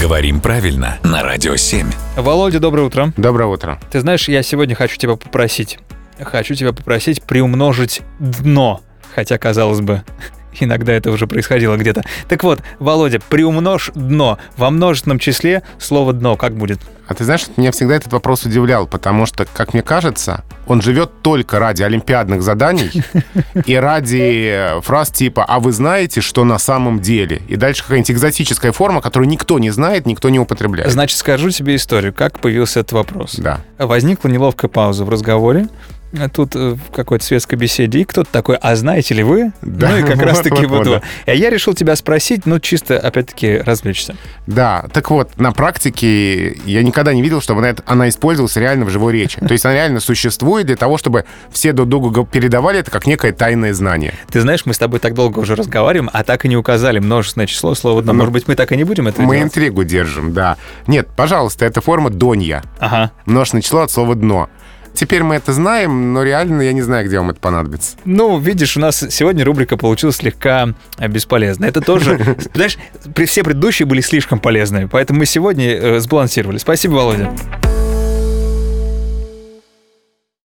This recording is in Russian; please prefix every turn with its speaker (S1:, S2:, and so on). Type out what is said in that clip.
S1: Говорим правильно на Радио 7.
S2: Володя, доброе утро.
S3: Доброе утро.
S2: Ты знаешь, я сегодня хочу тебя попросить. Хочу тебя попросить приумножить дно. Хотя, казалось бы, иногда это уже происходило где-то. Так вот, Володя, приумножь дно. Во множественном числе слово дно как будет?
S3: А ты знаешь, меня всегда этот вопрос удивлял, потому что, как мне кажется, он живет только ради олимпиадных заданий и ради фраз типа «А вы знаете, что на самом деле?» И дальше какая-нибудь экзотическая форма, которую никто не знает, никто не употребляет.
S2: Значит, скажу тебе историю, как появился этот вопрос.
S3: Да.
S2: Возникла неловкая пауза в разговоре. А Тут э, в какой-то светской беседе и кто-то такой, а знаете ли вы?
S3: Да,
S2: ну и как
S3: вот,
S2: раз-таки
S3: вот,
S2: вот,
S3: вот,
S2: вот. А Я решил тебя спросить, ну чисто опять-таки развлечься.
S3: Да, так вот, на практике я никогда не видел, чтобы она, это- она использовалась реально в живой речи. То есть она реально существует для того, чтобы все друг другу го- передавали это как некое тайное знание.
S2: Ты знаешь, мы с тобой так долго уже разговариваем, а так и не указали множественное число слова дно.
S3: Ну,
S2: Может быть, мы так и не будем это
S3: Мы
S2: делать?
S3: интригу держим, да. Нет, пожалуйста, это форма «донья».
S2: Ага.
S3: Множественное число от слова «дно». Теперь мы это знаем, но реально я не знаю, где вам это понадобится.
S2: Ну, видишь, у нас сегодня рубрика получилась слегка э, бесполезная. Это тоже, знаешь, при- все предыдущие были слишком полезными, поэтому мы сегодня э, сбалансировали. Спасибо, Володя.